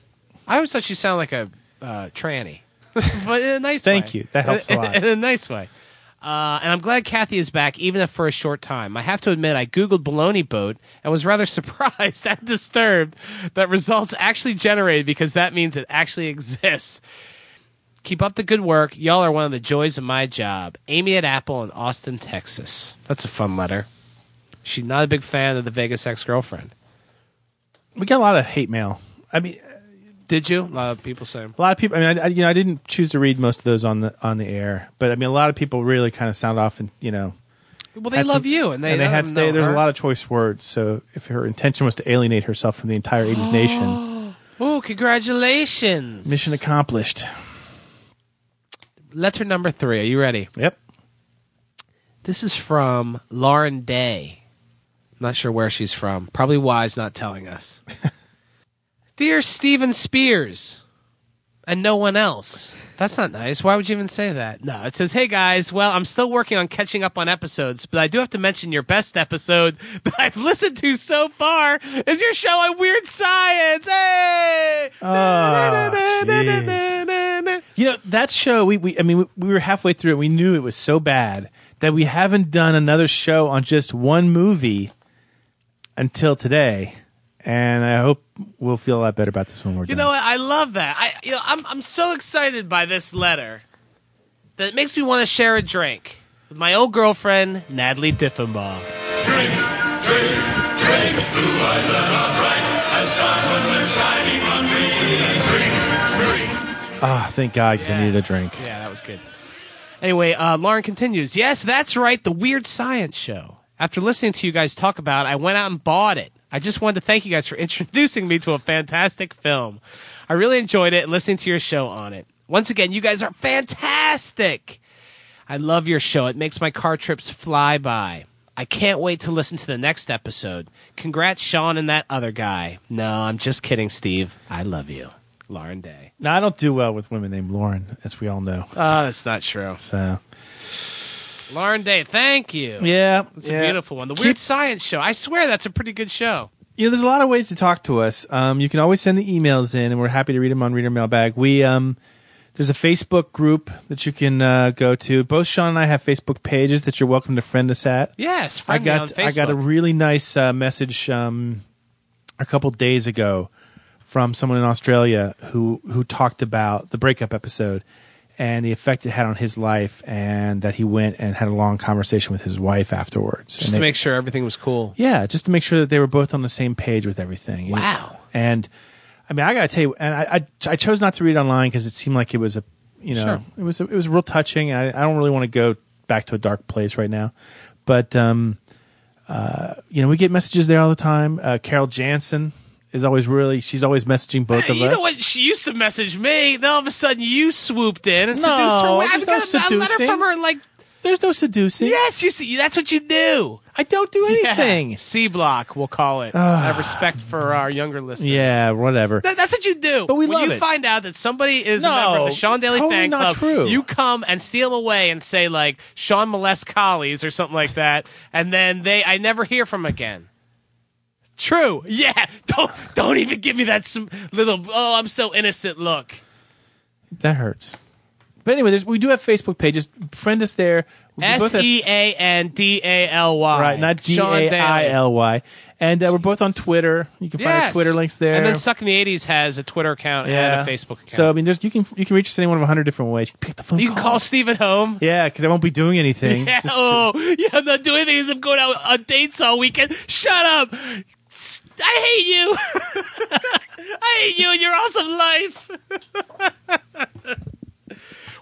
S6: I always thought she sounded like a uh, tranny, but in a nice
S11: Thank
S6: way.
S11: you. That helps a lot.
S6: in a nice way. Uh, and I'm glad Kathy is back, even if for a short time. I have to admit, I Googled baloney boat and was rather surprised and disturbed that results actually generated because that means it actually exists. Keep up the good work. Y'all are one of the joys of my job. Amy at Apple in Austin, Texas. That's a fun letter. She's not a big fan of the Vegas ex girlfriend.
S11: We got a lot of hate mail. I mean,
S6: Did you? A lot of people say.
S11: A lot of people. I mean, I, I- you know, I didn't choose to read most of those on the on the air, but I mean, a lot of people really kind of sound off and you know.
S6: Well, they
S11: had
S6: love
S11: some-
S6: you, and they,
S11: and they
S6: let
S11: had
S6: them
S11: they,
S6: know
S11: there's
S6: her.
S11: a lot of choice words. So if her intention was to alienate herself from the entire '80s nation,
S6: Oh, congratulations!
S11: mission accomplished.
S6: Letter number three. Are you ready?
S11: Yep.
S6: This is from Lauren Day. Not sure where she's from. Probably wise not telling us. Dear Steven Spears and no one else. That's not nice. Why would you even say that? No, it says, Hey guys, well, I'm still working on catching up on episodes, but I do have to mention your best episode that I've listened to so far is your show on Weird Science. Hey!
S11: Oh,
S6: jeez.
S11: you know that show. We, we I mean, we, we were halfway through and we knew it was so bad that we haven't done another show on just one movie until today. And I hope we'll feel a lot better about this when we're
S6: You
S11: done.
S6: know what? I love that. I you know, I'm I'm so excited by this letter that it makes me want to share a drink with my old girlfriend Natalie Diffenbaugh.
S5: Drink, drink, drink. Blue eyes that are bright as stars when they're shining on me. Drink, drink.
S11: Ah, thank God, because I needed a drink.
S6: Yeah, that was good. Anyway, uh, Lauren continues. Yes, that's right. The Weird Science Show. After listening to you guys talk about, it, I went out and bought it. I just wanted to thank you guys for introducing me to a fantastic film. I really enjoyed it and listening to your show on it. Once again, you guys are fantastic. I love your show. It makes my car trips fly by. I can't wait to listen to the next episode. Congrats, Sean and that other guy. No, I'm just kidding, Steve. I love you. Lauren Day.
S11: No, I don't do well with women named Lauren, as we all know.
S6: Oh, that's not true.
S11: So,
S6: Lauren Day, thank you.
S11: Yeah,
S6: It's
S11: yeah.
S6: a beautiful one. The
S11: Keep-
S6: Weird Science Show. I swear that's a pretty good show.
S11: you know, there's a lot of ways to talk to us. Um, you can always send the emails in, and we're happy to read them on Reader Mailbag. We um, There's a Facebook group that you can uh, go to. Both Sean and I have Facebook pages that you're welcome to friend us at.
S6: Yes,
S11: I
S6: friend me
S11: got
S6: on
S11: I got a
S6: Facebook.
S11: really nice uh, message um, a couple days ago from someone in Australia who who talked about the breakup episode and the effect it had on his life, and that he went and had a long conversation with his wife afterwards.
S6: just
S11: And
S6: to
S11: they-
S6: make sure everything was cool.
S11: yeah, just to make sure that they were both on the same page with everything. Wow. And I mean, I got to tell you, and I, I I chose not to read online because it seemed like it was a you know
S6: Sure.
S11: it was it was real touching. I I don't really want to go back to a dark place right now, but um, uh, you know, we get messages there all the time. Uh, Carol Jansen is always really she's always messaging both of
S6: You
S11: us.
S6: know what? She used to message me. Then all of a sudden, you swooped in and
S11: No,
S6: seduced her. away.
S11: there's
S6: I've got
S11: no
S6: a, a letter
S11: seducing.
S6: from her in, like
S11: There's no seducing.
S6: Yes, you see, that's what you do.
S11: I don't do anything.
S6: C block, we'll call it.
S11: Ah.
S6: Out of respect for our younger listeners.
S11: Yeah, whatever.
S6: That- that's what you do. But
S11: we
S6: when
S11: love
S6: you
S11: it.
S6: find out that somebody is a
S11: No,
S6: member of the Sean Daly
S11: totally
S6: fan
S11: not
S6: club,
S11: true.
S6: you come and steal away and say like Sean molests collies or something like that, and then they I never hear from again. True. Yeah. Don't don't even give me that sm- little oh I'm so innocent look.
S11: That hurts. But anyway, there's, we do have Facebook pages. Friend us there. We both
S6: S
S11: have-
S6: e a n d a l y.
S11: Right, not G
S6: Sean
S11: A
S6: Daly.
S11: I L Y. And uh, we're both on Twitter. You can find our
S6: Yes.
S11: Twitter links there.
S6: And then Suck in the 80s has a Twitter account
S11: yeah.
S6: and a Facebook account.
S11: So I mean, there's you can you can reach us any one of a hundred different ways. You can pick the phone.
S6: you can call Steve at home.
S11: Yeah, because I won't be doing anything.
S6: Yeah, oh, yeah, I'm not doing anything 'cause I'm going out on dates all weekend. Shut up. S- I hate you. I hate you and your awesome life.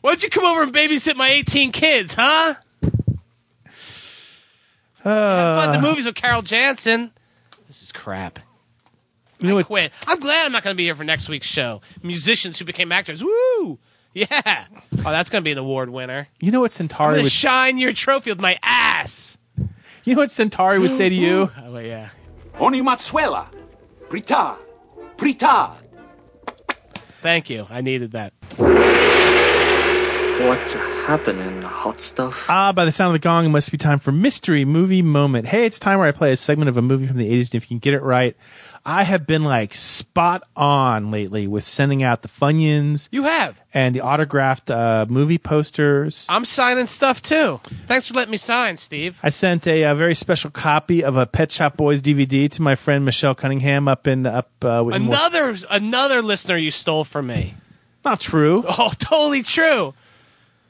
S6: Why don't you come over and babysit my 18 kids, huh?
S11: Uh,
S6: About the movies with Carol Jansen. This is crap.
S11: You know what?
S6: Quit. I'm glad I'm not going to be here for next week's show. Musicians who became actors. Woo! Yeah. Oh, that's going to be an award winner.
S11: You know what
S6: I'm
S11: Centauri
S6: going to
S11: would.
S6: shine your trophy with my ass.
S11: you know what Centauri would say to you.
S6: Oh, wait, yeah.
S13: Oni Matsuela. Prita. Prita.
S6: Thank you. I needed that.
S12: What's happening, hot stuff?
S11: Ah, by the sound of the gong, it must be time for mystery movie moment. Hey, it's time where I play a segment of a movie from the 80s, and if you can get it right, I have been like spot on lately with sending out the Funyuns.
S6: You have.
S11: And the autographed uh, movie posters.
S6: I'm signing stuff too. Thanks for letting me sign, Steve.
S11: I sent a, uh very special copy of a Pet Shop Boys DVD to my friend Michelle Cunningham up in up uh, in-
S6: Another another listener you stole from me.
S11: Not true.
S6: Oh, totally true.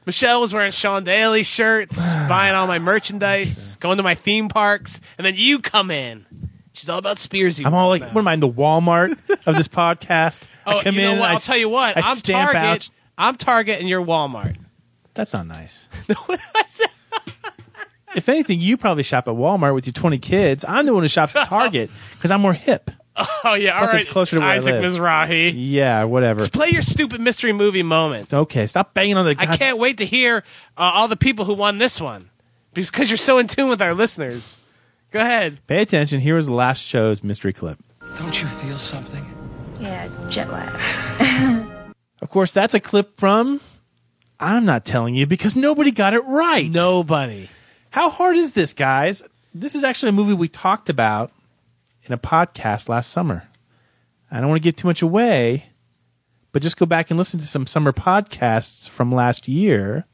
S6: Michelle was wearing Sean Daly shirts, buying all my merchandise, going to my theme parks, and then you come in. She's all about Spearsy.
S11: I'm all like, what am I in the Walmart of this podcast?
S6: oh,
S11: I come
S6: you know
S11: in.
S6: what?
S11: I
S6: I'll
S11: s-
S6: tell you what.
S11: I
S6: am
S11: stamp
S6: Target.
S11: out.
S6: I'm Target, and you're Walmart.
S11: That's not nice. if anything, you probably shop at Walmart with your 20 kids. I'm the one who shops at Target because I'm more hip.
S6: Oh yeah, all right.
S11: Plus, it's closer to where I
S6: Isaac
S11: live.
S6: Mizrahi.
S11: Yeah, whatever.
S6: Play your stupid mystery movie moment.
S11: Okay, stop banging on the.
S6: I
S11: God-
S6: can't wait to hear uh, all the people who won this one because you're so in tune with our listeners. Go ahead.
S11: Pay attention. Here was the last show's mystery clip.
S14: Don't you feel something?
S15: Yeah, jet lag.
S11: Of course, that's a clip from. I'm not telling you because nobody got it right.
S6: Nobody.
S11: How hard is this, guys? This is actually a movie we talked about in a podcast last summer. I don't want to give too much away, but just go back and listen to some summer podcasts from last year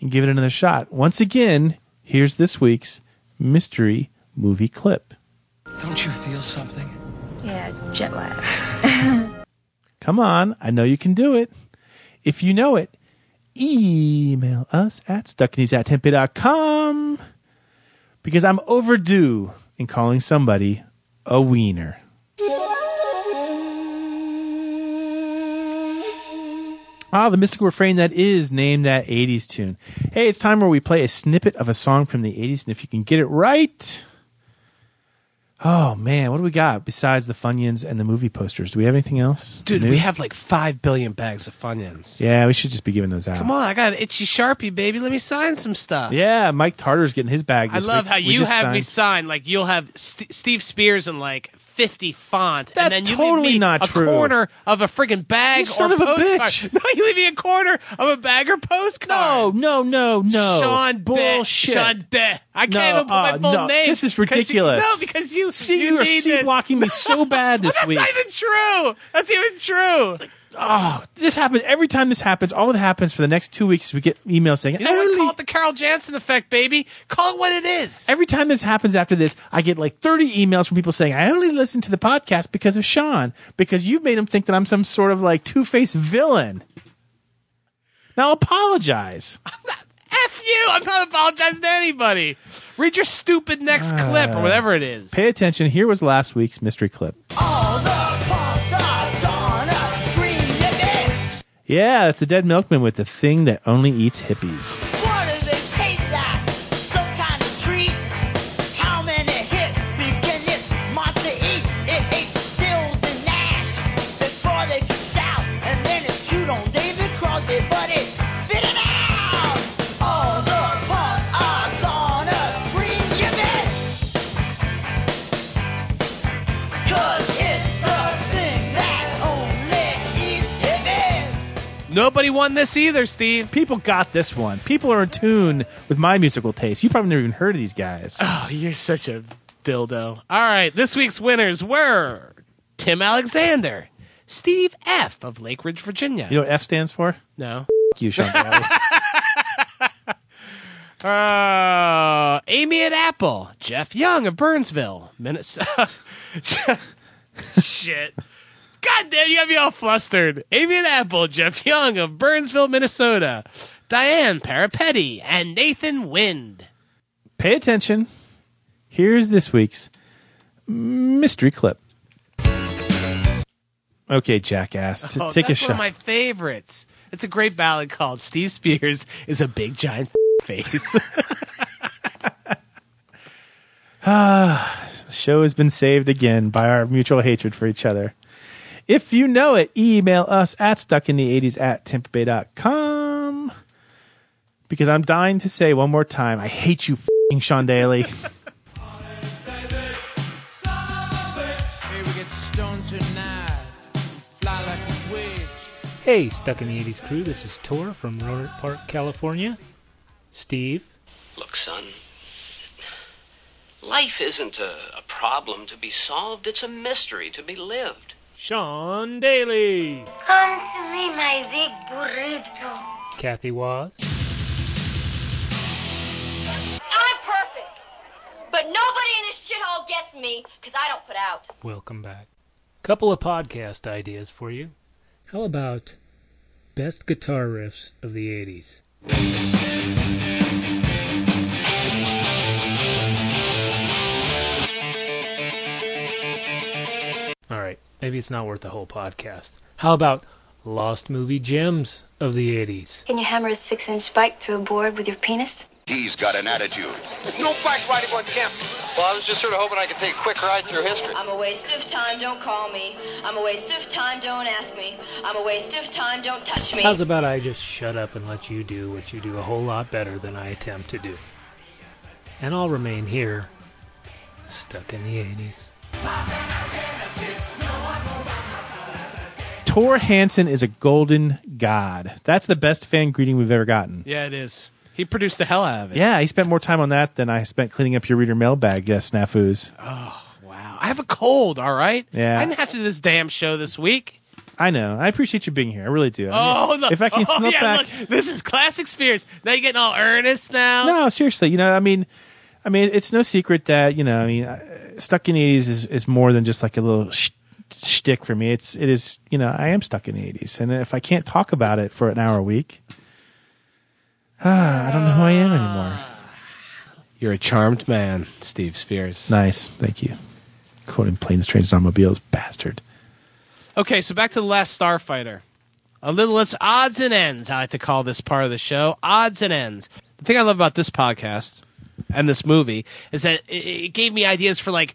S11: and give it another shot. Once again, here's this week's mystery movie clip.
S14: Don't you feel something?
S15: Yeah, jet lag.
S11: Come on, I know you can do it. If you know it, email us at stuckinies at tempe.com because I'm overdue in calling somebody a wiener. Ah, the mystical refrain that is named that 80s tune. Hey, it's time where we play a snippet of a song from the 80s, and if you can get it right. Oh, man, what do we got besides the Funyuns and the movie posters? Do we have anything else?
S6: Dude,
S11: New?
S6: we have like 5 billion bags of Funyuns.
S11: Yeah, we should just be giving those out.
S6: Come on, I got an itchy Sharpie, baby. Let me sign some stuff.
S11: Yeah, Mike Tartar's getting his bag.
S6: I
S11: this
S6: love
S11: week.
S6: how
S11: We
S6: you
S11: just
S6: have me
S11: signed-
S6: sign, like, you'll have St- Steve Spears in like 50 font.
S11: That's
S6: and then you leave
S11: totally
S6: me a
S11: not true.
S6: corner of a friggin' bag
S11: You
S6: or
S11: son of a
S6: postcard.
S11: bitch.
S6: No, you leave me a corner of a bag or postcard.
S11: No, no, no, no.
S6: Sean
S11: Bullshit.
S6: Bullshit. Sean De. I can't
S11: No,
S6: even put my
S11: uh,
S6: full
S11: no.
S6: name.
S11: This is
S6: 'cause you-
S11: ridiculous.
S6: no, because you
S11: See,
S6: you
S11: you are
S6: need
S11: seat
S6: this.
S11: blocking me so bad this
S6: That's
S11: week.
S6: not even true. That's not even true.
S11: oh, this happens every time this happens. All that happens for the next two weeks is we get emails saying,
S6: You know what? Call it the Carl Jansen effect, baby. Call it what it is.
S11: Every time this happens after this, I get like 30 emails from people saying, I only listen to the podcast because of Sean, because you've made him think that I'm some sort of like two faced villain. Now apologize.
S6: F you. I'm not apologizing to anybody. Read your stupid next clip or whatever it is.
S11: Pay attention. Here was last week's mystery clip. Yeah, it's the dead milkman with the thing that only eats hippies.
S6: Nobody won this either, Steve.
S11: People got this one. People are in tune with my musical taste. You probably never even heard of these guys.
S6: Oh, you're such a dildo. All right, this week's winners were Tim Alexander, Steve F. of Lake Ridge, Virginia.
S11: You know what F stands for?
S6: No.
S11: F- you, Sean. Kelly.
S6: Uh, Amy at Apple, Jeff Young of Burnsville, Minnesota. Shit. God damn, you got me all flustered. Amy at Apple, Jeff Young of Burnsville, Minnesota, Diane Parapetti, and Nathan Wind.
S11: Pay attention. Here's this week's mystery clip. Okay, jackass, t-
S6: Oh,
S11: take a
S6: that's
S11: shot.
S6: one of my favorites. It's a great ballad called Steve Spears is a Big Giant Face.
S11: Ah, the show has been saved again by our mutual hatred for each other. If you know it, email us at stuckinthe80s at tampabay.com. Because I'm dying to say one more time, I hate you, fing Sean Daly.
S8: Here we get stoned tonight. Fly like a witch.
S16: Hey, Stuck in the 80s crew, this is Tor from Roanoke Park, California. Steve.
S17: Look, son. Life isn't a, a problem to be solved, it's a mystery to be lived.
S16: Sean Daly.
S5: Come to me, my big burrito.
S16: Kathy Waz.
S18: I'm perfect. But nobody in this shithole gets me, because I don't put out.
S16: Welcome back. Couple of podcast ideas for you. How about best guitar riffs of the 80s? All right, maybe it's not worth the whole podcast. How about lost movie gems of the 80s?
S15: Can you hammer a six inch spike through a board with your penis?
S1: He's got an attitude.
S18: No bike riding on campus.
S1: Well, I was just sort of hoping I could take a quick ride through history.
S18: I'm a waste of time, don't call me. I'm a waste of time, don't ask me. I'm a waste of time, don't touch me.
S16: How's about I just shut up and let you do what you do a whole lot better than I attempt to do? And I'll remain here, stuck in the 80s.
S11: Tor Hansen is a golden god. That's the best fan greeting we've ever gotten.
S6: yeah, it is. He produced the hell out of it.
S11: Yeah, he spent more time on that than I spent cleaning up your reader mailbag uh, snafus.
S6: Oh, wow. I have a cold, all right?
S11: Yeah.
S6: I didn't have to do this damn show this week.
S11: I know. I appreciate you being here. I really do. I
S6: Oh,
S11: mean,
S6: the,
S11: if I can
S6: oh,
S11: slip
S6: yeah,
S11: back.
S6: look, this is classic Spears. Now you're getting all earnest now.
S11: No, seriously. You know, I mean, I mean, it's no secret that you know, I mean, I- stuck in the eighties is, is more than just like a little sh- shtick for me. It's it is you know, I am stuck in the eighties, and if I can't talk about it for an hour a week, ah, I don't know who I am anymore.
S6: You're a charmed man, Steve Spears.
S11: Nice, thank you. Quoting planes, trains, and automobiles, bastard.
S6: Okay, so back to the last Starfighter. A little, it's odds and ends, I like to call this part of the show. Odds and ends. The thing I love about this podcast and this movie is that it, it gave me ideas for like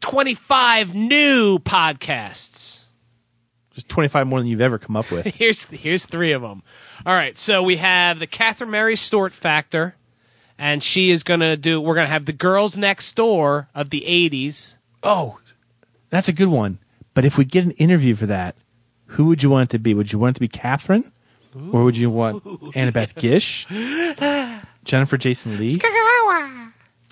S6: 25 new podcasts.
S11: Just twenty five more than you've ever come up with.
S6: here's here's three of them. All right, so we have the Catherine Mary Stewart factor, and she is gonna do. We're gonna have the girls next door of the '80s.
S11: Oh, That's a good one. But if we get an interview for that, who would you want it to be? Would you want it to be Catherine, or would you want Annabeth Gish, Jennifer Jason Lee?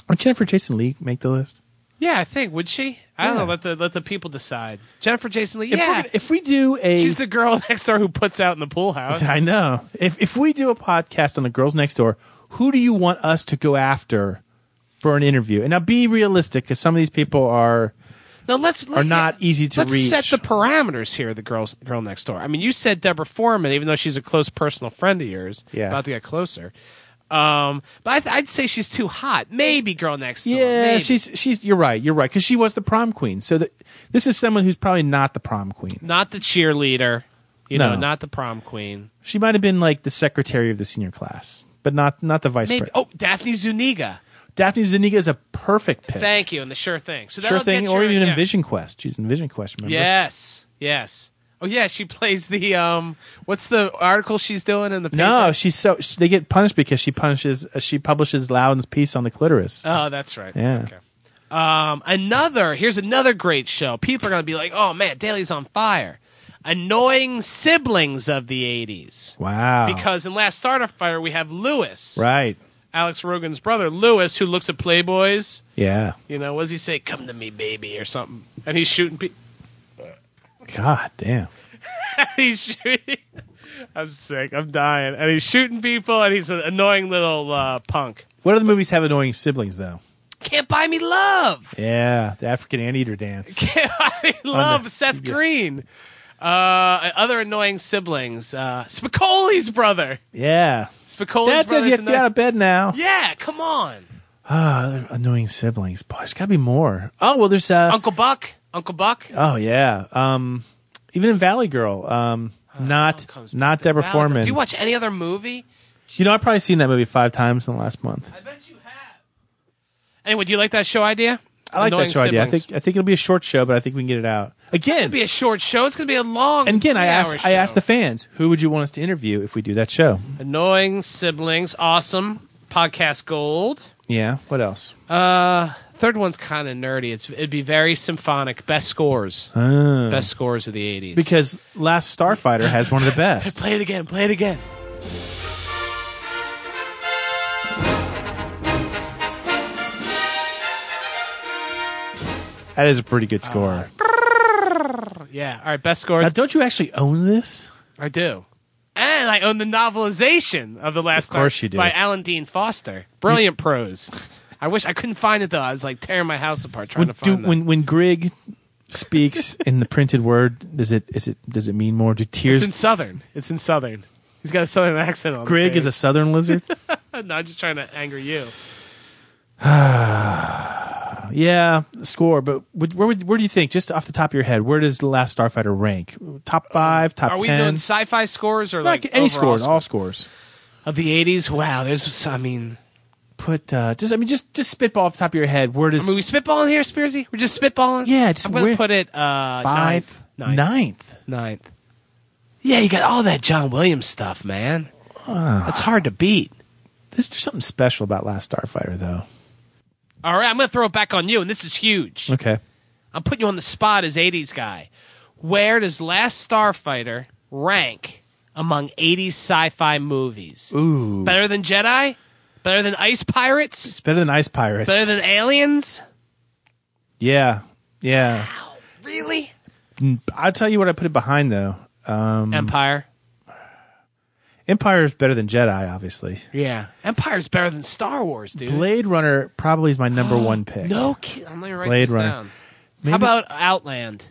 S11: Would Jennifer Jason Lee make the list?
S6: Yeah, I think would she? I don't
S11: Yeah.
S6: know. Let the let the people decide. Jennifer Jason Lee.
S11: If we're
S6: yeah,
S11: gonna- if we do a
S6: she's the girl next door who puts out in the pool house.
S11: I know. If if we do a podcast on the girls next door, who do you want us to go after for an interview? And now be realistic because some of these people are
S6: No, let's
S11: are not easy to
S6: Let's
S11: reach.
S6: set the parameters here. The girls, girl next door. I mean, you said Deborah Foreman, even though she's a close personal friend of yours.
S11: Yeah.
S6: about to get closer. Um, but I th- I'd say she's too hot. Maybe girl next door.
S11: yeah,
S6: maybe.
S11: she's she's. You're right. You're right because she was the prom queen. So that this is someone who's probably not the prom queen.
S6: not the cheerleader. You
S11: No.
S6: know, not the prom queen.
S11: She might have been like the secretary of the senior class, but not not the vice.
S6: Maybe.
S11: pres-
S6: Oh, Daphne Zuniga.
S11: Daphne Zuniga is a perfect pick.
S6: Thank you, and the sure thing. So
S11: sure
S6: that'll
S11: thing,
S6: get
S11: or
S6: your-
S11: even
S6: yeah.
S11: in Vision Quest. She's in Vision Quest. Remember?
S6: Yes, yes. Oh yeah, she plays the um. What's the article she's doing in the paper?
S11: No, she's so sh they get punished because she punishes uh, she publishes Loudon's piece on the clitoris.
S6: Oh, that's right.
S11: yeah,
S6: Um, another here's another great show. People are gonna be like, "Oh man, Daily's on fire." Annoying siblings of the '80s.
S11: wow,
S6: Because in Last Starter Fire we have Lewis,
S11: right,
S6: Alex Rogan's brother, Lewis, who looks at Playboys.
S11: yeah,
S6: You know, what does he say? "Come to me, baby," or something, and he's shooting. Pe-
S11: God damn,
S6: he's shooting. I'm sick. I'm dying. And he's shooting people, and he's an annoying little uh, punk.
S11: what do the movies have annoying siblings though?
S6: Can't buy me love.
S11: Yeah, the African anteater dance.
S6: I love Seth Green. Uh, other annoying siblings. Uh, Spicoli's brother.
S11: Yeah,
S6: Spicoli's
S11: Dad says
S6: brother's
S11: you have to get
S6: another-
S11: out of bed now.
S6: Yeah, come on.
S11: Ah, other annoying siblings. Boy, there's got to be more. Oh well, there's uh,
S6: Uncle Buck. Uncle Buck.
S11: oh yeah, um, even in Valley Girl, um,
S6: Oh,
S11: not not Deborah
S6: Val-
S11: Foreman.
S6: Do you watch any other movie?
S11: You know, I've probably seen that movie five times in the last month.
S6: Anyway, do you like that show idea?
S11: I like
S6: Annoying
S11: that show idea. I
S6: siblings.
S11: think I think it'll be a short show, but I think we can get it out.
S6: It's
S11: Again,
S6: gonna be a short show. It's gonna be a long.
S11: And again, I
S6: three-hour
S11: asked I asked
S6: show.
S11: the fans, who would you want us to interview if we do that show?
S6: annoying siblings. Awesome podcast gold.
S11: Yeah. What else?
S6: Uh, third one's kind of nerdy. It's it'd be very symphonic. Best scores,
S11: Oh.
S6: best scores of the eighties.
S11: Because Last Starfighter has one of the best.
S6: play it again, play it again.
S11: That is a pretty good
S6: Uh,
S11: score.
S6: Yeah. All right, best scores.
S11: now, don't you actually own this?
S6: I do. And I own the novelization of the last.
S11: Of course
S6: Star-
S11: you do.
S6: By Alan Dean Foster. Brilliant prose. I wish I couldn't find it though. I was like tearing my house apart trying
S11: When,
S6: to find
S11: do-
S6: it.
S11: when when Grig speaks in the printed word, does it is it does it mean more? Do tears?
S6: it's in Southern. It's in Southern. He's got a Southern accent on.
S11: Grig is a Southern lizard. Uh,
S6: a. no, I'm just trying to anger you.
S11: yeah, score. But would, where would, where do you think, just off the top of your head, where does the Last Starfighter rank? Top five, top
S6: Uh, Are we
S11: ten?
S6: doing sci-fi scores or
S11: No,
S6: like
S11: any
S6: overall
S11: scores, all scores.
S6: of the '80s? Wow, there's. I mean,
S11: Put uh, just I mean just just spitball off the top of your head. Where does
S6: I mean, we spitballing here, Spearsy. We're just spitballing.
S11: Yeah, just
S6: I'm gonna
S11: where-
S6: put it uh,
S11: five
S6: ninth, ninth,
S11: ninth?
S6: ninth. Yeah, you got all that John Williams stuff, man.
S11: Ah.
S6: That's hard to beat.
S11: This, there's something special about Last Starfighter, though.
S6: All right, I'm gonna throw it back on you, and this is huge.
S11: Okay.
S6: I'm putting you on the spot as '80s guy. Where does Last Starfighter rank among '80s sci-fi movies?
S11: Ooh.
S6: Better than Jedi? Better than Ice Pirates?
S11: It's better than Ice Pirates.
S6: Better than Aliens?
S11: yeah, yeah.
S6: Really?
S11: Mm, I'll tell you what I put it behind though. Um,
S6: Empire.
S11: Empire is better than Jedi, obviously.
S6: Yeah. Empire's better than Star Wars, dude.
S11: Blade Runner probably is my number one pick.
S6: No kidding. I'm gonna write
S11: Blade
S6: this
S11: Runner.
S6: down.
S11: Maybe-
S6: How about Outland?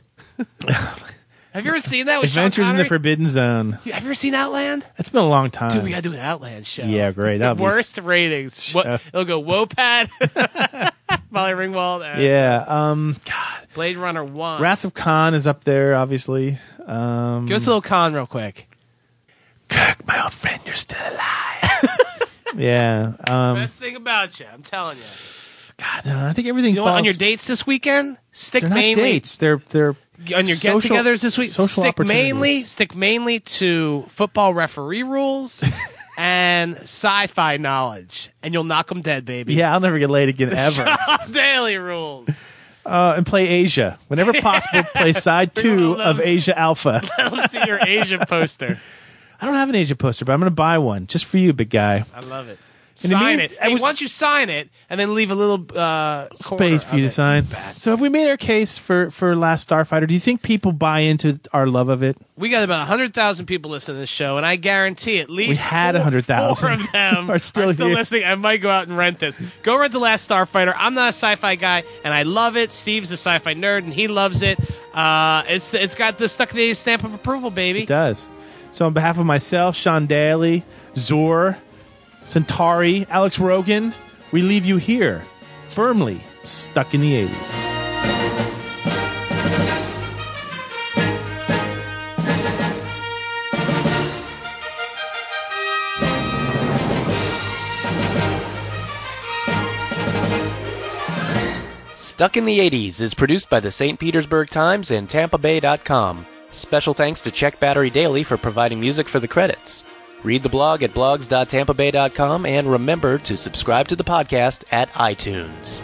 S6: Have you ever seen that with Sean
S11: Adventures in the
S6: Connery?
S11: Forbidden Zone.
S6: You- Have you ever seen Outland?
S11: It's been a long time.
S6: Dude, we gotta do an Outland show.
S11: Yeah, great. That'd be- uh,
S6: Worst ratings. What, it'll go Wopat, Molly Ringwald, and
S11: Yeah. Um,
S6: Blade Runner One.
S11: Wrath of Khan is up there, obviously. Um,
S6: Give us a little con real quick.
S11: Kirk, my old friend, you're still alive. yeah. Um,
S6: Best thing about you, I'm telling you.
S11: God, no, I think everything
S6: You know what, on
S11: falls-
S6: your dates this weekend, stick
S11: they're not
S6: mainly
S11: dates. They're they're
S6: on your
S11: social-
S6: get-togethers this week.
S11: Social
S6: Stick
S11: opportunities.
S6: mainly, stick mainly to football referee rules and sci-fi knowledge, and you'll knock them dead, baby.
S11: Yeah, I'll never get laid again ever.
S6: Sean Daily rules.
S11: uh, and play Asia whenever possible. play side two of Asia Alpha.
S6: Let 'em see your Asia poster.
S11: I don't have an Asia poster, but I'm going to buy one just for you, big guy.
S6: I love it.
S11: And
S6: sign
S11: immediate-
S6: it. And
S11: it was-
S6: once you sign it, and then leave a little uh, corner.
S11: space for you to sign. So have we made our case for for Last Starfighter? Do you think people buy into our love of it?
S6: We got about hundred thousand people listening to this show, and I guarantee at least
S11: had
S6: four-
S11: 100,000.
S6: Four of them
S11: Are still here.
S6: listening. I might go out and rent this. Go rent the Last Starfighter. I'm not a sci-fi guy, and I love it. Steve's a sci-fi nerd, and he loves it. Uh, it's it's got the stuck in the 80s stamp of approval, baby.
S11: It does. So on behalf of myself, Sean Daly, Zor, Centauri, Alex Rogan, we leave you here, firmly stuck in the 80s.
S3: Stuck in the 80s is produced by the St. Petersburg Times and TampaBay.com. Special thanks to Check Battery Daily for providing music for the credits. Read the blog at blogs.tampabay.com and remember to subscribe to the podcast at iTunes.